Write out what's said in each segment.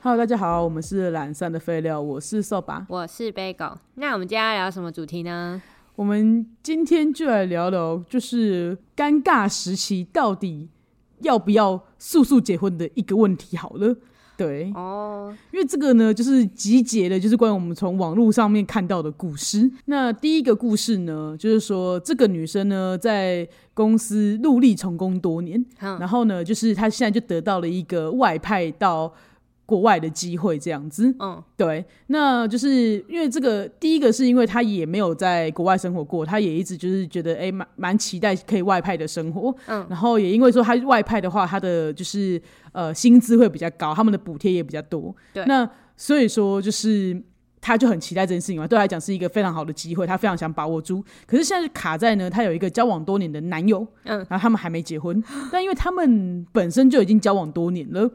Hello，大家好，我们是懒散的废料，我是扫把。我是 Bagel。那我们今天要聊什么主题呢？我们今天就来聊聊，就是尴尬时期到底要不要速速结婚的一个问题。好了，对，哦，因为这个呢，就是集结的，就是关于我们从网络上面看到的故事。那第一个故事呢，就是说这个女生呢，在公司陆力成功多年，嗯然后呢，就是她现在就得到了一个外派到国外的机会，这样子。嗯，对，那就是因为这个，第一个是因为他也没有在国外生活过，他也一直就是觉得哎，蛮蛮期待可以外派的生活。嗯，然后也因为说他外派的话，他的就是呃薪资会比较高，他们的补贴也比较多。对那所以说就是他就很期待这件事情嘛，对他来讲是一个非常好的机会，他非常想把握住。可是现在就卡在呢，他有一个交往多年的男友，嗯，然后他们还没结婚， 但因为他们本身就已经交往多年了。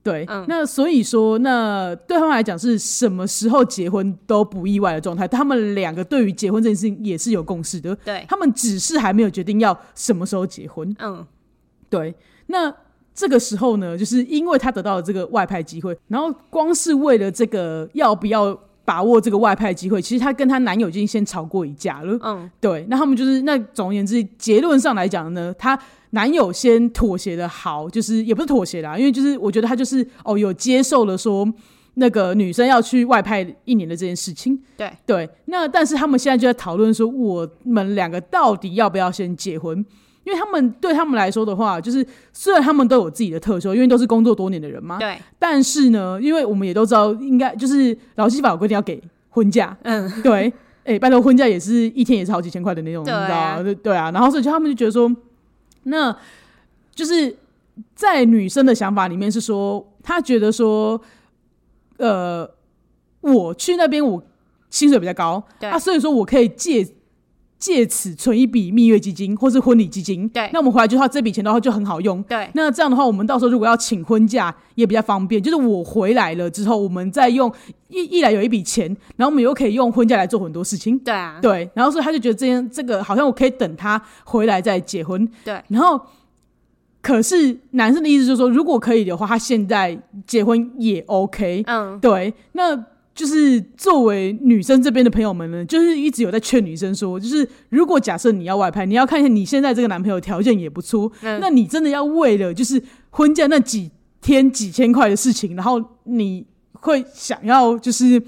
对，嗯那所以说，那对他们来讲是什么时候结婚都不意外的状态。他们两个对于结婚这件事情也是有共识的，对，他们只是还没有决定要什么时候结婚。嗯，对，那这个时候呢，就是因为他得到了这个外派机会，然后光是为了这个要不要把握这个外派机会，其实她跟她男友已经先吵过一架了。嗯，对，那他们就是那总而言之，结论上来讲呢，她男友先妥协的好，就是也不是妥协啦，因为就是我觉得他就是哦有接受了说那个女生要去外派一年的这件事情。对，对，那但是他们现在就在讨论说，我们两个到底要不要先结婚？因为他们对他们来说的话，就是虽然他们都有自己的特休，因为都是工作多年的人嘛，对，但是呢，因为我们也都知道，应该就是劳基法有规定要给婚假，嗯， 对，哎、拜托婚假也是一天也是好几千块的那种，对啊你知道吗对对啊，然后所以就他们就觉得说，那就是在女生的想法里面是说，她觉得说，呃，我去那边我薪水比较高，对啊，所以说我可以借。借此存一笔蜜月基金或是婚礼基金，对那我们回来就话这笔钱的话就很好用，对，那这样的话，我们到时候如果要请婚假也比较方便，就是我回来了之后，我们再用一一来有一笔钱，然后我们又可以用婚假来做很多事情。对啊，对，然后所以他就觉得这件这个好像我可以等他回来再结婚。对，然后可是男生的意思就是说，如果可以的话，他现在结婚也 OK。嗯，对，那就是作为女生这边的朋友们呢，就是一直有在劝女生说，就是如果假设你要外派，你要看一下你现在这个男朋友条件也不错，嗯那你真的要为了就是婚假那几天几千块的事情，然后你会想要就是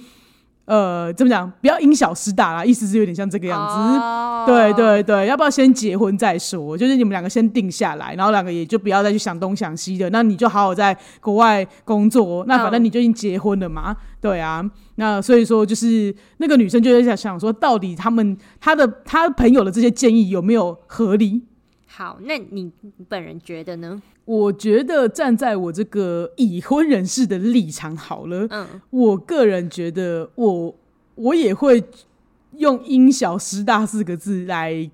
呃怎么讲，不要因小失大啦，意思是有点像这个样子。哦对，对对，要不要先结婚再说？就是你们两个先定下来，然后两个也就不要再去想东想西的。那你就好好在国外工作，那反正嗯你就已经结婚了嘛。对啊，那所以说就是那个女生就在想想说，到底他们她的她朋友的这些建议有没有合理？好，那你本人觉得呢？我觉得站在我这个已婚人士的立场好了，嗯，我个人觉得我我也会用“因小失大”四个字来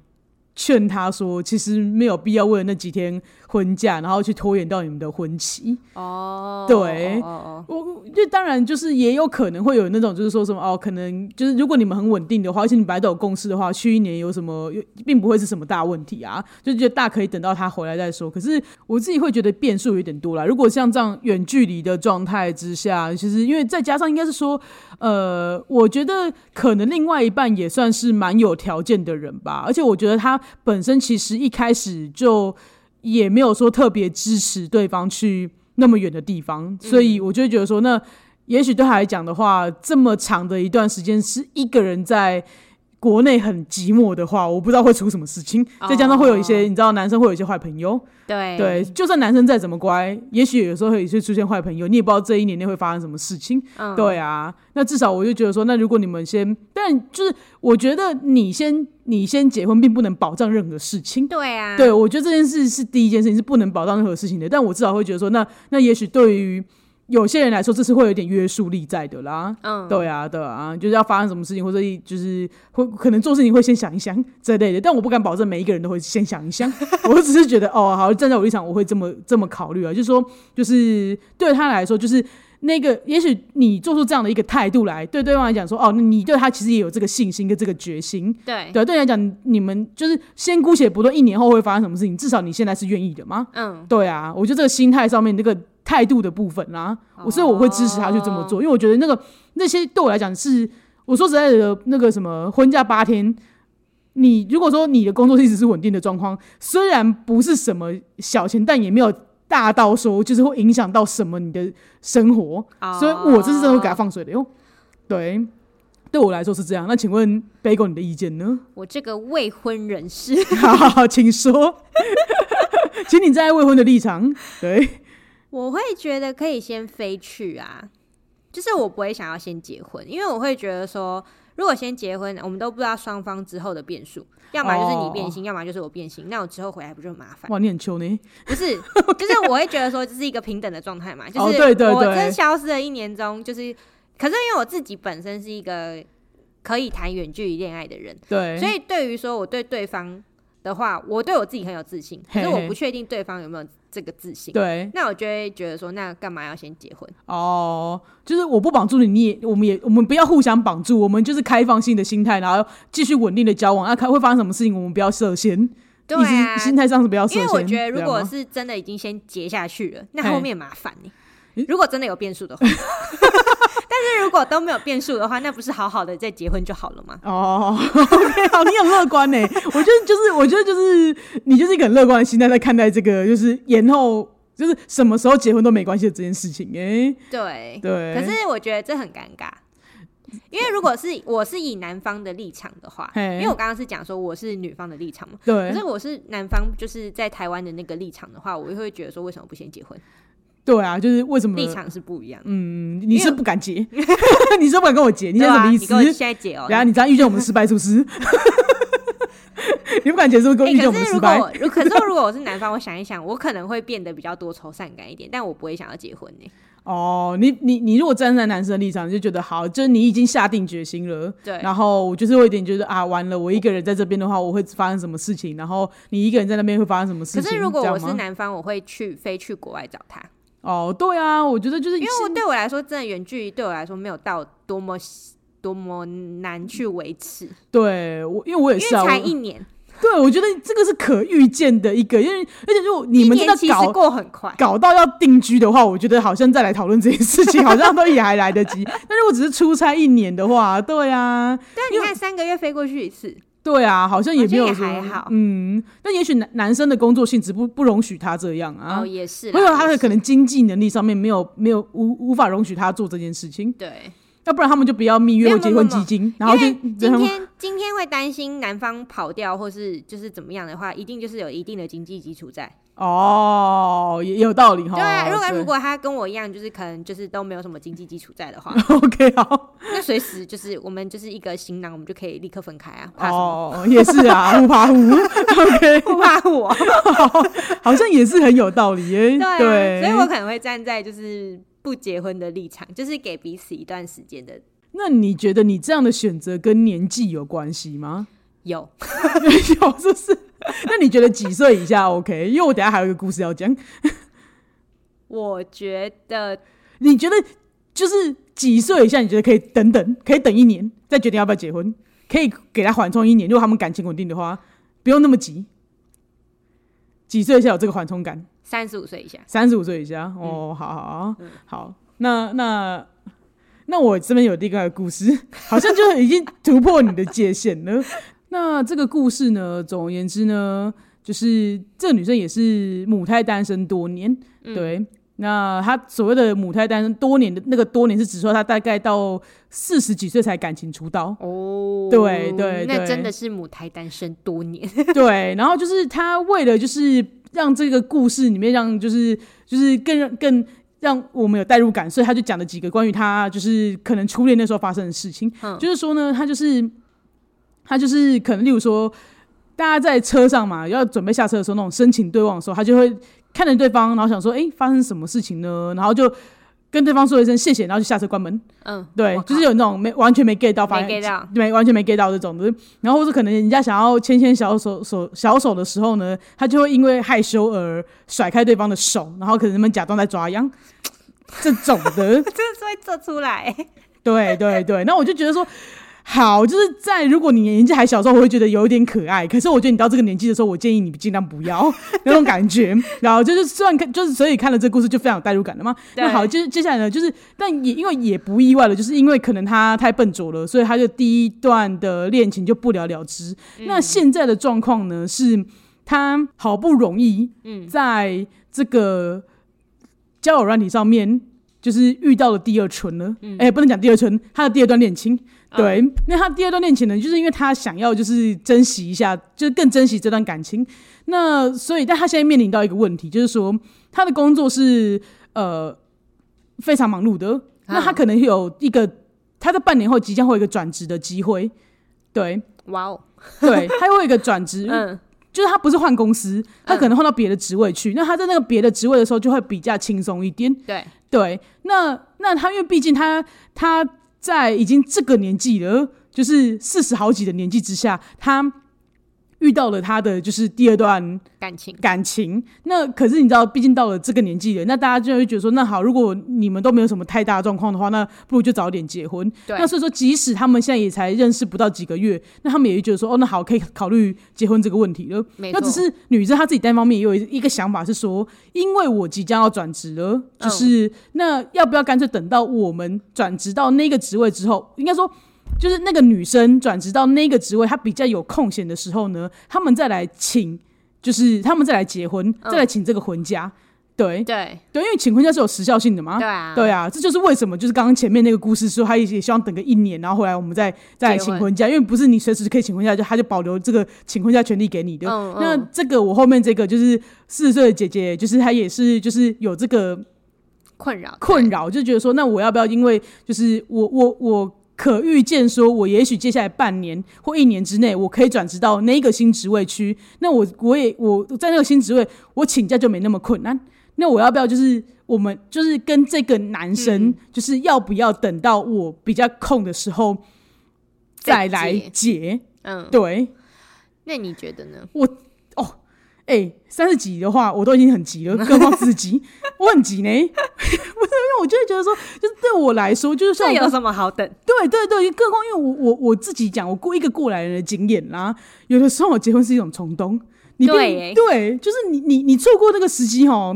劝他说，其实没有必要为了那几天婚假，然后去拖延到你们的婚期。哦，对哦哦，哦我就当然就是也有可能会有那种就是说什么哦，可能就是如果你们很稳定的话，而且你们本来都有共识的话，去一年有什么有并不会是什么大问题啊，就觉得大可以等到他回来再说。可是我自己会觉得变数有点多啦。如果像这样远距离的状态之下，其实因为再加上应该是说，呃，我觉得可能另外一半也算是蛮有条件的人吧，而且我觉得他本身其实一开始就也没有说特别支持对方去那么远的地方，所以我就会觉得说，那也许对他来讲的话，这么长的一段时间是一个人在。国内很寂寞的话，我不知道会出什么事情。再加上会有一些，哦你知道，男生会有一些坏朋友，对对，，就算男生再怎么乖，也许有时候会也是出现坏朋友，你也不知道这一年内会发生什么事情。嗯，对啊，那至少我就觉得说，那如果你们先，但就是我觉得你先你先结婚，并不能保障任何事情。对啊，对，我觉得这件事是第一件事情，是不能保障任何事情的。但我至少会觉得说，那那也许对于有些人来说，这是会有点约束力在的啦。嗯，对啊，对啊，就是要发生什么事情，或者一就是会可能做事情会先想一想之类的，但我不敢保证每一个人都会先想一 想。我只是觉得，哦，好，站在我立场，我会这么这么考虑啊，就是说，就是对他来说，就是那个，也许你做出这样的一个态度来，对对方来讲说，哦，那你对他其实也有这个信心跟这个决心，对，对，对你来讲，你们就是先姑且不论一年后会发生什么事情，至少你现在是愿意的吗？嗯，对啊，我觉得这个心态上面，那个态度的部分啦、我所以我会支持他去这么做，因为我觉得那个那些对我来讲是，我说实在的，那个什么婚假八天，你如果说你的工作一直是稳定的状况，虽然不是什么小钱，但也没有大到说就是会影响到什么你的生活，哦所以我这是真的会给他放水的哟。对，对我来说是这样。那请问 Bagel 你的意见呢？我这个未婚人士，好好好，请说，请你站在未婚的立场，对，我会觉得可以先飞去啊，就是我不会想要先结婚，因为我会觉得说，如果先结婚，我们都不知道双方之后的变数，要么就是你变心，哦要么就是我变心，那我之后回来不就很麻烦？哇，你很穷呢。不是，就是我会觉得说这是一个平等的状 态嘛，就哦是对对我对真消失了一年中，就是，可是因为我自己本身是一个可以谈远距离恋爱的人，对，所以对于说我对对方的话，我对我自己很有自信，可是嘿嘿我不确定对方有没有这个自信。对那我就会觉得说，那干嘛要先结婚？哦，就是我不绑住你，你也我们也我们不要互相绑住，我们就是开放性的心态，然后继续稳定的交往。那、啊看会发生什么事情，我们不要设限，对意思心啊，态上是不要设因限。为我觉得如这果样吗是真的已经先结下去了，那嘿后面麻烦你、嗯如果真的有变数的话， 但是如果都没有变数的话，那不是好好的再结婚就好了吗？哦 ，OK，好，你很乐观呢。我觉得就是，我觉得就是，你就是一个很乐观的心态在看待这个，就是延后，就是什么时候结婚都没关系的这件事情。哎、对，对，可是我觉得这很尴尬，因为如果是我是以男方的立场的话，嘿因为我刚刚是讲说我是女方的立场嘛，可对是我是男方，就是在台湾的那个立场的话，我就会觉得说为什么不先结婚？对啊，就是为什么立场是不一样的。嗯，你因是为不敢结， 你是不敢跟我结，你对现在什啊么意你思？跟我现在结哦、然后你这样遇见我们失败是不 是？你不敢结束，跟我欸遇见我可们是失如果败。我，如可是如果我是男方，我想一想，我可能会变得比较多愁善感一点，但我不会想要结婚呢、欸哦，你你你如果站在男生的立场，你就觉得好，就是你已经下定决心了。对然后我就是会有点觉得啊，完了，我一个人在这边的话，我会发生什么事情？然后你一个人在那边会发生什么事可情？是如果这我样吗是男方，我会去飞去国外找他，哦，对啊，我觉得就是因为我对我来说，真的远距离对我来说没有到多么多么难去维持，对我，因为我也嗯因是为啊，才我一年，对我觉得这个是可预见的一个，因为而且如果你一们真的年其实搞过很快。搞到要定居的话，我觉得好像再来讨论这件事情，好像都也还来得 及。但如果只是出差一年的话，对啊，但你看三个月飞过去一次，对啊，好像也没有好说像也还好嗯，但也许男男生的工作性质不不容许他这样啊哦，，也是啦，或者他也的是可能经济能力上面没有没有无无法容许他做这件事情，对。要不然他们就不要蜜月没有或结没有婚没有基金，然嗯因后为就今天今天会担心男方跑掉或是就是怎么样的话，一定就是有一定的经济基础在。哦，也也有道理哈。对啊，如果对如果他跟我一样，就是可能就是都没有什么经济基础在的话， OK 好。那随时就是我们就是一个行囊，我们就可以立刻分开啊，怕什么？哦，也是啊，互 怕互，OK，不 怕 我，好，好像也是很有道理耶。对啊，对，所以我可能会站在就是不结婚的立场，就是给彼此一段时间的那你觉得你这样的选择跟年纪有关系吗？ 有，有，是不是？那你觉得几岁以下 OK？因为我等一下还有一个故事要讲。我觉得你觉得就是几岁以下？你觉得可以等等，可以等一年再决定要不要结婚，可以给他缓冲一年。如果他们感情稳定的话，不用那么急。几岁以下有这个缓冲感？三十五岁以下，嗯三十五岁以下，哦，好好好好，那那那我这边有另外一个故事，好像就已经突破你的界限了。那这个故事呢，总而言之呢，就是这个女生也是母胎单身多年，嗯对。那她所谓的母胎单身多年的那个多年，是指说她大概到四十几岁才感情出道，哦对对那对真的是母胎单身多年， 对，然后就是他为了就是让这个故事里面让就是就是更让更让我们有代入感，所以他就讲了几个关于他就是可能初恋那时候发生的事情。嗯就是说呢，他就是他就是可能例如说，大家在车上嘛，要准备下车的时候，那种深情对望的时候，他就会看着对方，然后想说，哎、发生什么事情呢？然后就。跟对方说一声谢谢，然后就下车关门。嗯，对我，靠就是有那种没完全没 get 到，发现没 get 到，没完全没 get 到这种的。然后或是可能人家想要牵牵小手手小手的时候呢，他就会因为害羞而甩开对方的手，然后可能他们假装在抓痒，这种的。就是会做出来。对对对，那我就觉得说。好，就是在如果你年纪还小时候，我会觉得有一点可爱。可是我觉得你到这个年纪的时候，我建议你尽量不 要那种感觉。然后就是虽然看，就是所以看了这故事就非常有代入感了嘛。那对好，就是接下来呢，就是但也因为也不意外了，就是因为可能他太笨拙了，所以他就第一段的恋情就不了了之。嗯那现在的状况呢是。他好不容易嗯在这个交友软体上面，就是遇到了第二春了。哎、嗯不能讲第二春，他的第二段恋情。啊对，那他第二段恋情呢，就是因为他想要就是珍惜一下，就是更珍惜这段感情。那所以，但他现在面临到一个问题，就是说他的工作是呃非常忙碌的，啊那他可能有一个他在半年后即将会有一个转职的机会。 对，哇哦，对，他会有一个转职，嗯就是他不是换公司，他嗯可能换到别的职位去。那他在那个别的职位的时候，就会比较轻松一点。对，对，那那他因为毕竟他他在已经这个年纪了，就是四十好几的年纪之下，他遇到了他的就是第二段感情感情。那可是你知道，毕竟到了这个年纪了，那大家就会觉得说，那好，如果你们都没有什么太大的状况的话，那不如就早点结婚。对那所以说，即使他们现在也才认识不到几个月，那他们也会觉得说，哦，那好，可以考虑结婚这个问题了。没那错，只是女生她自己单方面也有一个想法是说，因为我即将要转职嗯了，就是、那要不要干脆等到我们转职到那个职位之后，应该说。就是那个女生转职到那个职位，她比较有空闲的时候呢，他们再来请，就是他们再来结婚，嗯再来请这个婚假，对对对，因为请婚假是有时效性的嘛，对啊，对啊，这就是为什么就是刚刚前面那个故事说，他也也希望等个一年，然后回来我们再再来结婚请婚假，因为不是你随时可以请婚假，就他就保留这个请婚假权利给你的。嗯那嗯这个我后面这个就是四十岁的姐姐，就是她也是就是有这个困扰困扰，就觉得说，那我要不要因为就是我我我可预见说，我也许接下来半年或一年之内，我可以转职到那个新职位区，那我我也我在那个新职位，我请假就没那么困难。那我要不要就是我们就是跟这个男生，嗯就是要不要等到我比较空的时候再再来结结？嗯，对，那你觉得呢？哎，三十几的话，我都已经很急了，更何况四十 级，我很急呢。 不是，因为我就会觉得说，就是对我来说，就是像这我刚有什么好等？对对对，更何况因为我我我自己讲，我过一个过来人的经验啦，有的时候结婚是一种冲动，你并对耶对，就是你你你错过那个时机哈，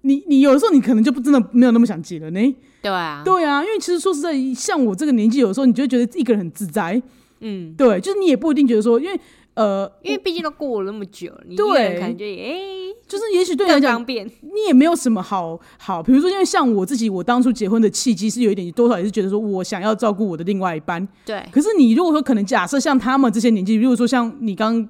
你你有的时候你可能就不真的没有那么想结了呢。对啊，对啊，因为其实说实在，像我这个年纪，有的时候你就会觉得一个人很自在，嗯，对，就是你也不一定觉得说，因为呃，因为毕竟都过了那么久了，你一对个人可能就也哎就是也许对你来更讲，方便，你也没有什么好好，比如说，因为像我自己，我当初结婚的契机是有一点多少也是觉得说我想要照顾我的另外一半，对可是你如果说可能假设像他们这些年纪，如果说像你刚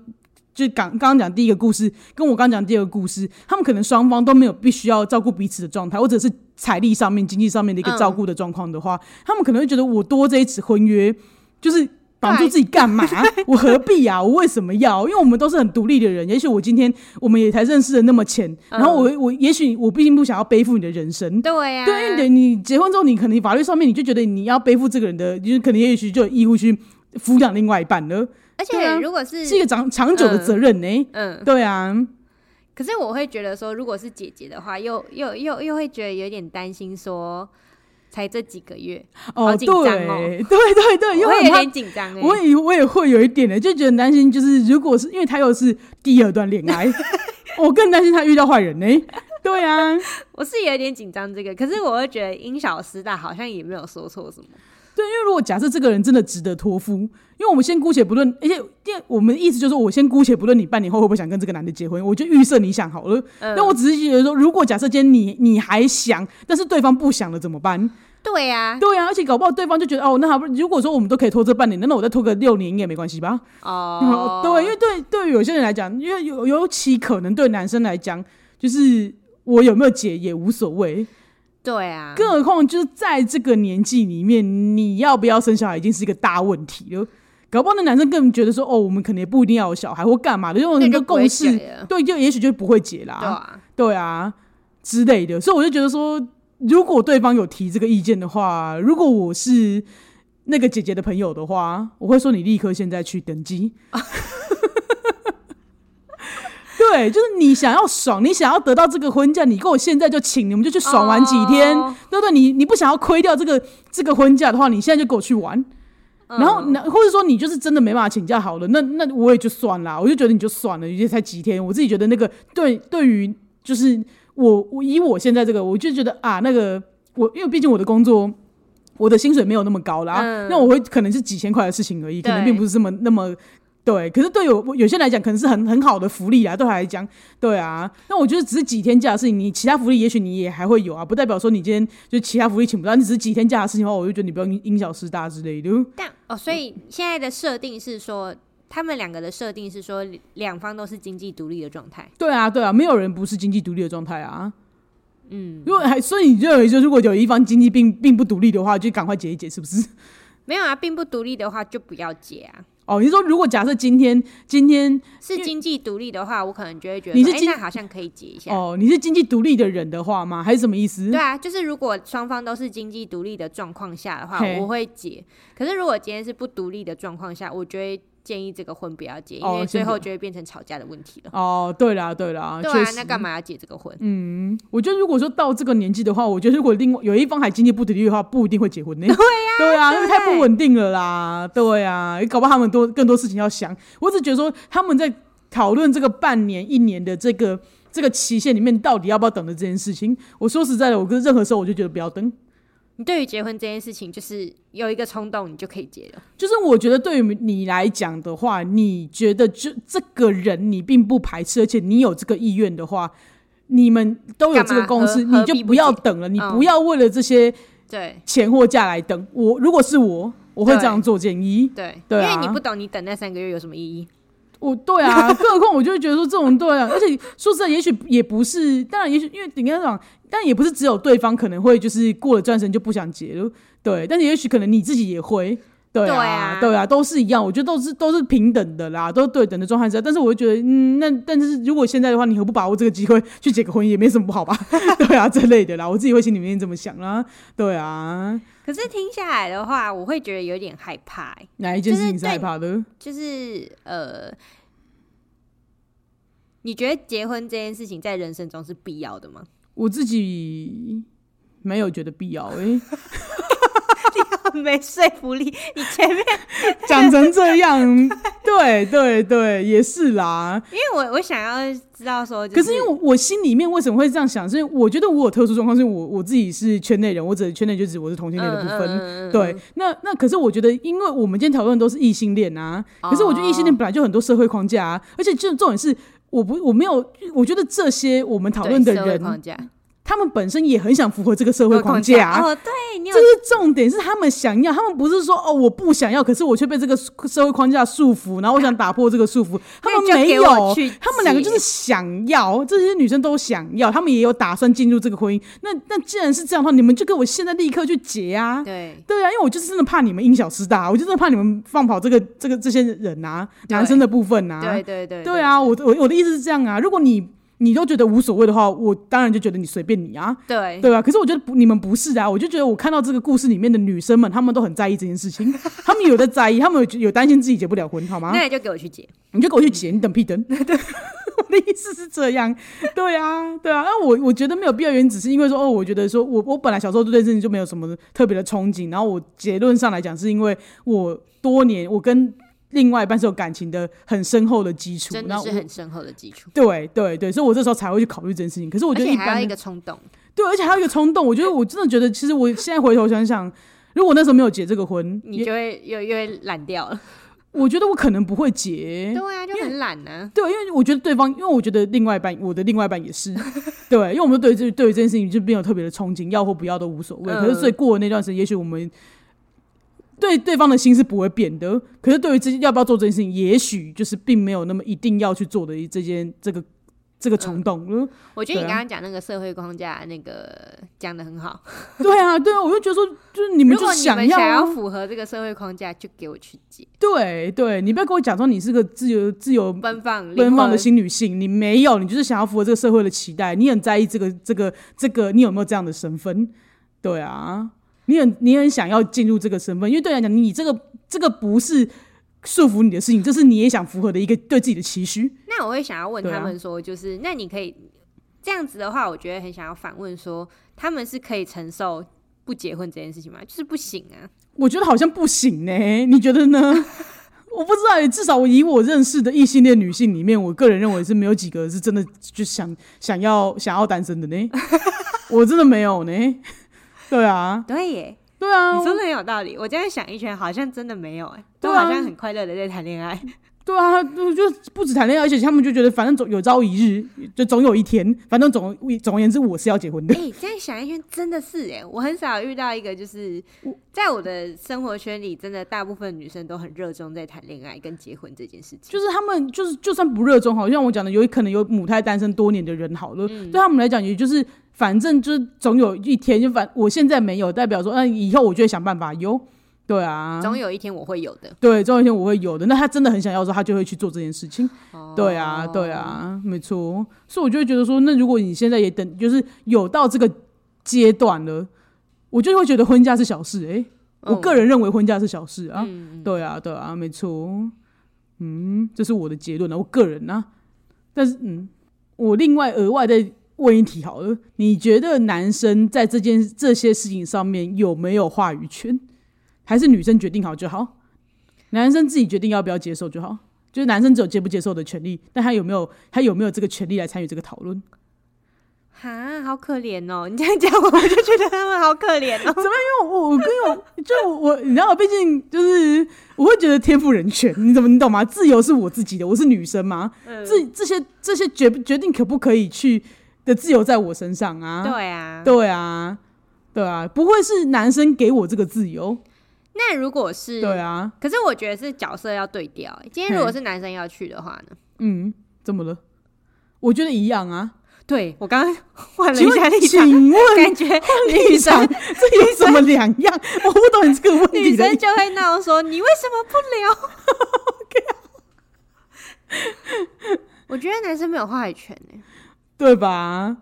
就刚刚刚讲第一个故事，跟我刚讲第二个故事，他们可能双方都没有必须要照顾彼此的状态，或者是财力上面、经济上面的一个嗯照顾的状况的话，他们可能会觉得我多这一纸婚约就是。绑住自己干嘛？我何必呀、啊？我为什么要？因为我们都是很独立的人。也许我今天我们也才认识的那么浅，然后我我也许我并不想要背负你的人生，对啊，对，因为你你结婚之后，你可能法律上面你就觉得你要背负这个人的，就是可能也许就有义务去抚养另外一半了，而对啊且如果是是一个长长久的责任呢、嗯，对啊，可是我会觉得说，如果是姐姐的话，又又又又会觉得有点担心说。才这几个月，哦，好对，紧张哦对对对，因我为会有他点紧张哎。我也我也会有一点的，就觉得很担心，就是如果是因为他又是第二段恋 爱，我更担心他遇到坏人呢、对啊，我是有点紧张这个，可是我会觉得因小失大，好像也没有说错什么。对，因为如果假设这个人真的值得托付，因为我们先姑且不论，而且因为我们的意思就是说，我先姑且不论你半年后会不会想跟这个男的结婚，我就预设你想好了。嗯那我只是觉得说，如果假设今天你你还想，但是对方不想了怎么办？对呀、对啊，而且搞不好对方就觉得哦，那好不，如果说我们都可以拖这半年，那那我再拖个六年应该也没关系吧？哦， 对，因为对对于有些人来讲，因为尤尤其可能对男生来讲，就是我有没有解也无所谓，对啊，更何况就是在这个年纪里面，你要不要生小孩已经是一个大问题了。搞不好那男生根本觉得说，哦，我们可能也不一定要有小孩或干嘛的，因为我那们就的不会共写识，了，对，就也许就不会结啦。对啊，对啊之类的，所以我就觉得说，如果对方有提这个意见的话，如果我是那个姐姐的朋友的话，我会说你立刻现在去登记。 对，就是你想要爽，你想要得到这个婚假，你跟我现在就请，你们就去爽玩几天，哦对不对？你你不想要亏掉这个这个婚假的话，你现在就给我去玩。嗯嗯然后，那或者说你就是真的没办法请假好了，那那我也就算啦，我就觉得你就算了，也才几天，我自己觉得那个对对于就是我我以我现在这个，我就觉得啊，那个我因为毕竟我的工作。我的薪水没有那么高啦，嗯那我会可能是几千块的事情而已，可能对并不是这么那么对。可是对有有些人来讲，可能是很很好的福利啊，对他来讲，对啊。那我觉得只是几天假的事情，你其他福利也许你也还会有啊，不代表说你今天就其他福利请不到，你只是几天假的事情的话，我就觉得你不要因因小失大之类的。但哦，所以现在的设定是说，他们两个的设定是说，两方都是经济独立的状态。对啊，对啊，没有人不是经济独立的状态啊。嗯，如果还所以你认为说，如果有一方经济并并不独立的话，就赶快解一解，是不是？ 没有啊，并不独立的话就不要结啊。哦，你说如果假设今天今天是经济独立的话，我可能就会觉得你是说，哎、经那好像可以结一下。哦你是经济独立的人的话吗？还是什么意思？对啊，就是如果双方都是经济独立的状况下的话嘿，我会结。可是如果今天是不独立的状况下，我就会建议这个婚不要结，因哦为先最后不就会变成吵架的问题了。哦，对啦，对啦，对确啊，实嗯那干嘛要结这个婚？我觉得如果说到这个年纪的话，我觉得如果另外有一方还经济不独立的话，不一定会结婚呢。对呀、对啊，对因不为对太不稳定了啦。对啊，搞不好他们多更多事情要想。我只觉得说他们在讨论这个半年、一年的这个这个期限里面，到底要不要等的这件事情。我说实在的，我跟任何时候我就觉得不要等。你对于结婚这件事情，就是有一个冲动，你就可以结了。就是我觉得对于你来讲的话，你觉得就这个人你并不排斥，而且你有这个意愿的话，你们都有这个干共嘛识，何你就何必不不要解等了，你嗯不要为了这些对钱或价来等。我如果是我，我会这样做建议。对，对啊因为你不懂，你等那三个月有什么意义？我对 啊，更何况我就会觉得说这种对 啊，而且说实在，也许也不是，当然也许因为你刚才讲，但也不是只有对方可能会就是过了转身就不想结了，对，但是也许可能你自己也会。对对啊啊，对啊，都是一样，我觉得都是都是平等的啦，都是对等的状态之下。但是我会觉得，嗯，那但是如果现在的话，你何不把握这个机会去结个婚，也没什么不好 吧？对啊，之类的啦，我自己会心里面这么想啦。对啊，可是听下来的话，我会觉得有点害怕、欸哪一件事就是情是对害怕的？就是呃，你觉得结婚这件事情在人生中是必要的吗？ 我自己没有觉得必 要诶、没说服力，你前面讲成这样，对对对，也是啦。因为我我想要知道说、可就是因为我我心里面为什么会这样想，是因为我觉得我有特殊状况，是因为我我自己是圈内人，我指的圈内就指我是同性恋的部分。嗯对，那那可是我觉得，因为我们今天讨论都是异性恋啊，哦可是我觉得异性恋本来就很多社会框架啊，而且这重点是。我不，我没有，我觉得这些我们讨论的对社会人，框架，他们本身也很想符合这个社会框社会架啊、哦，对你有这是重点，是他们想要，他们不是说哦我不想要，可是我却被这个社会框架束缚，然后我想打破这个束缚，他那们你就没给有我去，他们两个就是想要，这些女生都想要，他们也有打算进入这个婚姻。那那既然是这样的话，你们就给我现在立刻去结啊！对对啊，因为我就是真的怕你们因小失大，我就真的怕你们放跑这个这个这些人啊，对男生的部分啊，对对对对，啊，我我我的意思是这样啊，如果你你都觉得无所谓的话，我当然就觉得你随便你啊，对对啊，可是我觉得不，你们不是啊，我就觉得我看到这个故事里面的女生们，她们都很在意这件事情，她们有的在意，她们有有担心自己结不了婚，好吗？那你就给我去结，你就给我去结，你等屁等。 我的意思是这样，对啊，对啊。那我我觉得没有必要原因，只是因为说哦，我觉得说我我本来小时候对这件事情就没有什么特别的憧憬，然后我结论上来讲，是因为我多年我跟另外一半是有感情的很深厚的基础，真那的我是很深厚的基础，对对对，所以我这时候才会去考虑这件事情。可是我而觉得且一还般要的一个冲动，对，而且还有一个冲动，我觉得我真的觉得，其实我现在回头想想，如果那时候没有结这个婚，你也就会又又会懒掉了。我觉得我可能不会结。对啊，就很懒呢、对，因为我觉得对方，因为我觉得另外一半，我的另外一半也是， 对，因为我们对这对于这件事情就没有特别的憧憬，要或不要都无所谓。可是嗯所以过了那段时间，也许我们对对方的心是不会变的，可是对于这要不要做这件事情，也许就是并没有那么一定要去做的这件这个这个冲动。嗯我觉得你对啊刚刚讲那个社会框架那个讲的很好，对啊，对啊，我就觉得说，就是你们如就果是你们要、想啊、要符合这个社会框架，就给我去结，对对，你不要跟我讲说你是个自由自由奔放奔放的灵魂新女性，你没有，你就是想要符合这个社会的期待，你很在意这个这个这个，你有没有这样的身份？对啊，你很你很想要进入这个身份，因为对你来讲，你这个这个不是束缚你的事情，这是你也想符合的一个对自己的期许。那我会想要问对啊他们说，就是、那你可以这样子的话，我觉得很想要反问说，他们是可以承受不结婚这件事情吗？就是不行啊。我觉得好像不行呢、你觉得呢？ 我不知道耶，至少我以我认识的异性恋女性里面，我个人认为是没有几个是真的就想想要想要单身的 呢。我真的没有呢。对啊，对耶，对啊，你说的很有道理。我这样想一圈，好像真的没有哎、对都啊好像很快乐的在谈恋爱。对啊，就就不止谈恋爱，而且他们就觉得反正总有朝一日，就总有一天，反正总总而言之，我是要结婚的 哎、。这样想一圈，真的是哎、我很少遇到一个就是在我的生活圈里，真的大部分女生都很热衷在谈恋爱跟结婚这件事情。就是他们就是就算不热衷，好像我讲的有可能有母胎单身多年的人好了，嗯对他们来讲，也就是反正就是总有一天就反我现在没有，代表说那以后我就会想办法有，对啊，总有一天我会有的。对，总有一天我会有的。那他真的很想要的时候，他就会去做这件事情。哦对啊，对，啊，没错。所以我就会觉得说，那如果你现在也等，就是有到这个阶段了，我就会觉得婚嫁是小事、欸。我个人人认为婚嫁是小事啊。嗯，对啊，对啊，没错。嗯，这是我的结论啊，我个人啊。但是，嗯，我另外额外再问一题好了，你觉得男生在这件这些事情上面有没有话语权，还是女生决定好就好？男生自己决定要不要接受就好，就是男生只有接不接受的权利，但他有没有他有没有这个权利来参与这个讨论？哈，好可怜哦！你这样讲我，我就觉得他们好可怜 哦。因为我我跟我 就我我你知道，毕竟就是我会觉得天赋人权，你怎么你懂吗？自由是我自己的，我是女生嘛，嗯这这些这些决决定可不可以去的自由在我身上啊，对啊，对啊，对啊，不会是男生给我这个自由，那如果是对啊，可是我觉得是角色要对调、欸。今天如果是男生要去的话呢？嗯，怎么了？我觉得一样啊，对我刚 刚换了请一下问，立请场，问感觉立场这有什么两样？我不懂你这个问女题的生就会闹说你为什么不 聊？我觉得男生没有话语权欸呢、对吧？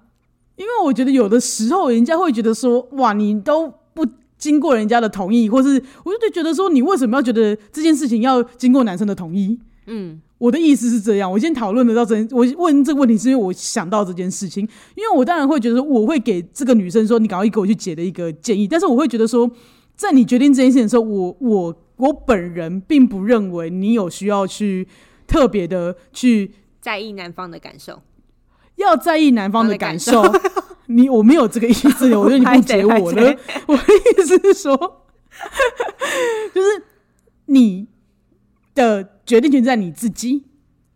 因为我觉得有的时候人家会觉得说，哇，你都不经过人家的同意，或是我就觉得说，你为什么要觉得这件事情要经过男生的同意？嗯，我的意思是这样，我今天讨论得到这件，我问这个问题是因为我想到这件事情，因为我当然会觉得说，我会给这个女生说，你赶快给我去解的一个建议，但是我会觉得说，在你决定这件事情的时候，我我我本人并不认为你有需要去特别的去在意男方的感受。要在意男方的感受我。你我没有这个意 思，我觉得你误解我拍谁了。 我的意思是说， 就是你的决定权在你自己。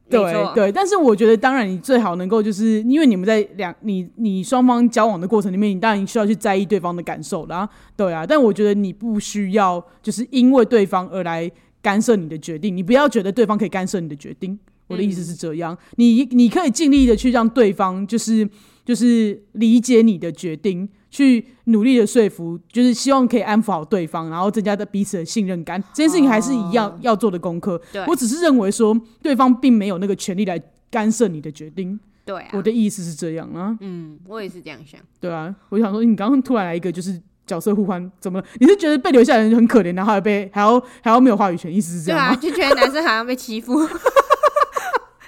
没对错对，但是我觉得，当然你最好能够就是，因为你们在两你你双方交往的过程里面，你当然需要去在意对方的感受啦，对啊。但我觉得你不需要就是因为对方而来干涉你的决定，你不要觉得对方可以干涉你的决定。我的意思是这样，你你可以尽力的去让对方就是就是理解你的决定，去努力的说服，就是希望可以安抚好对方，然后增加的彼此的信任感。这件事情还是一样、哦要做的功课。对我只是认为说，对方并没有那个权利来干涉你的决定。对啊，我的意思是这样啊，嗯，我也是这样想。对啊，我想说，你刚刚突然来一个就是角色互换，怎么了？你是觉得被留下的人很可怜，然后还被还要还要没有话语权，意 思是这对样吗？啊，就觉得男生好像被 欺负。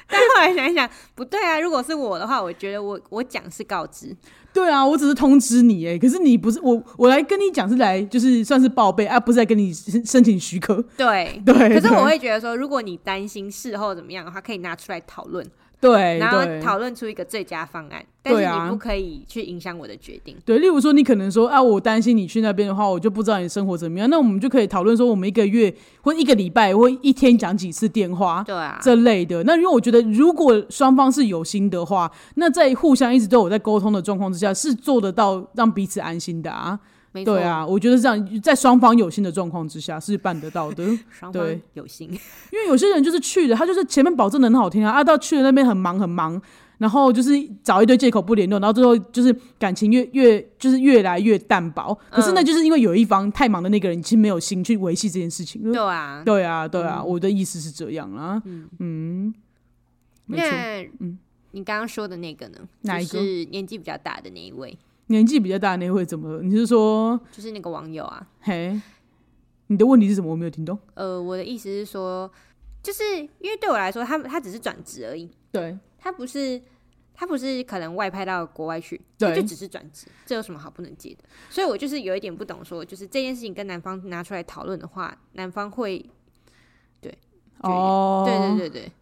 但后来想一想，不对啊！如果是我的话，我觉得我我讲是告知，对啊，我只是通知你哎，可是你不是我，我来跟你讲是来就是算是报备啊，不是来跟你申申请许可。对。对，可是对我会觉得说，如果你担心事后怎么样的话，可以拿出来讨论，对然后哎对讨论出一个最佳方案。但对是啊你不可以去影响我的决定。对，例如说你可能说啊，我担心你去那边的话，我就不知道你生活怎么样，那我们就可以讨论说我们一个月或一个礼拜或一天讲几次电话。对啊，这类的，那因为我觉得，如果双方是有心的话，那在互相一直都有在沟通的状况之下，是做得到让彼此安心的啊。没错对，啊，我觉得这样，在双方有心的状况之下是办得到的。双对方有心。因为有些人就是去了，他就是前面保证的很好听啊，啊到去了那边很忙很忙，然后就是找一堆借口不联络，然后最后就是感情越越就是越来越淡薄。可是那嗯就是因为有一方太忙的那个人，其实没有心去维系这件事情。 对啊，嗯对啊，对啊，我的意思是这样啊，嗯没错，嗯那你刚刚说的那个呢？哪一个就是年纪比较大的那一位，年纪比较大的那会怎么了？你是说，就是那个网友啊。嘿，你的问题是什么？我没有听懂。呃，我的意思是说，就是因为对我来说，他他只是转职而已，对，他不是他不是可能外派到国外去，对他就只是转职，这有什么好不能接的？所以我就是有一点不懂说，就是这件事情跟男方拿出来讨论的话，男方会，对哦，对对对对，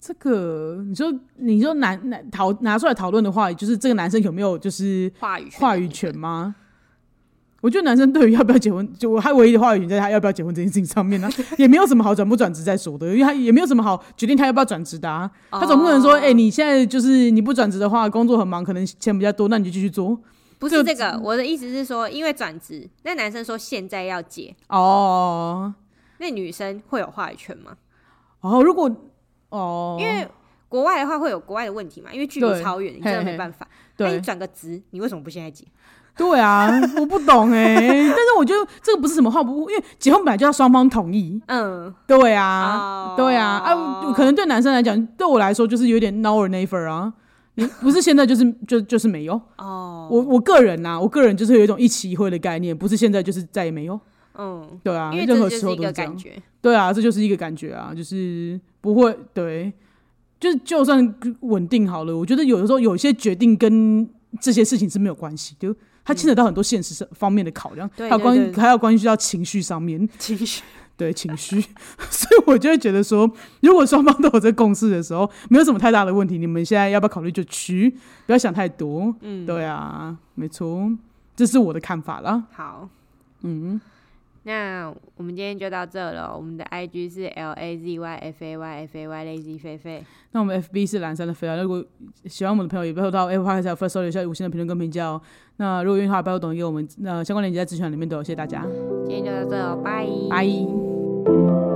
这个你说你说男男讨拿出来讨论的话，就是这个男生有没有就是话语权话语权吗？我觉得男生对于要不要结婚，就我他唯一的话语权在他要不要结婚这件事情上面呢、也没有什么好转不转职再说的，因为他也没有什么好决定他要不要转职的、啊。哦他总不能说，哎、你现在就是你不转职的话，工作很忙，可能钱比较多，那你就继嗯续做不这是这个，我的意思是说，因为转职，那男生说现在要结，哦。那女生会有话语权吗？哦，如果哦，因为国外的话会有国外的问题嘛，因为距离对超远，你真的嘿嘿没办法。那对你转个职，你为什么不现在结？对啊，我不懂哎、 但是我觉得这个不是什么话不，因为结婚本来就要双方同意，嗯对啊，对啊，啊，哦我可能对男生来讲，对我来说就是有点 now or never 啊。你 不是现在就是就就是没有，哦，我我个人呐、啊我个人就是有一种一期一会的概念，不是现在就是再也没有，嗯，对啊，因为任这何就时是候一都是个这感样，觉，对啊，这就是一个感觉啊，就是不会对，就是就算稳定好了，我觉得有的时候有些决定跟这些事情是没有关系的，它牵扯到很多现实上方面的考量，嗯对还有对关对还有关系到情绪上面，情绪对情绪， 所以我就会觉得说，如果双方都有这共识的时候，没有什么太大的问题。你们现在要不要考虑就去，不要想太多。嗯，对啊，没错，这是我的看法啦。好，嗯，那我们今天就到这了。我们的 IG 是 L A Z Y F A Y F A Y Lazy 菲菲，那我们 FB 是蓝山的飞啊，如果喜欢我们的朋友，也不要到 Apple Podcast 还有 First Story 留下五星的评论跟评价哦。那如果愿意的话，不要懂给呃我们，那相关链接在资讯栏里面都有，谢谢大家，今天就到这了，拜。拜。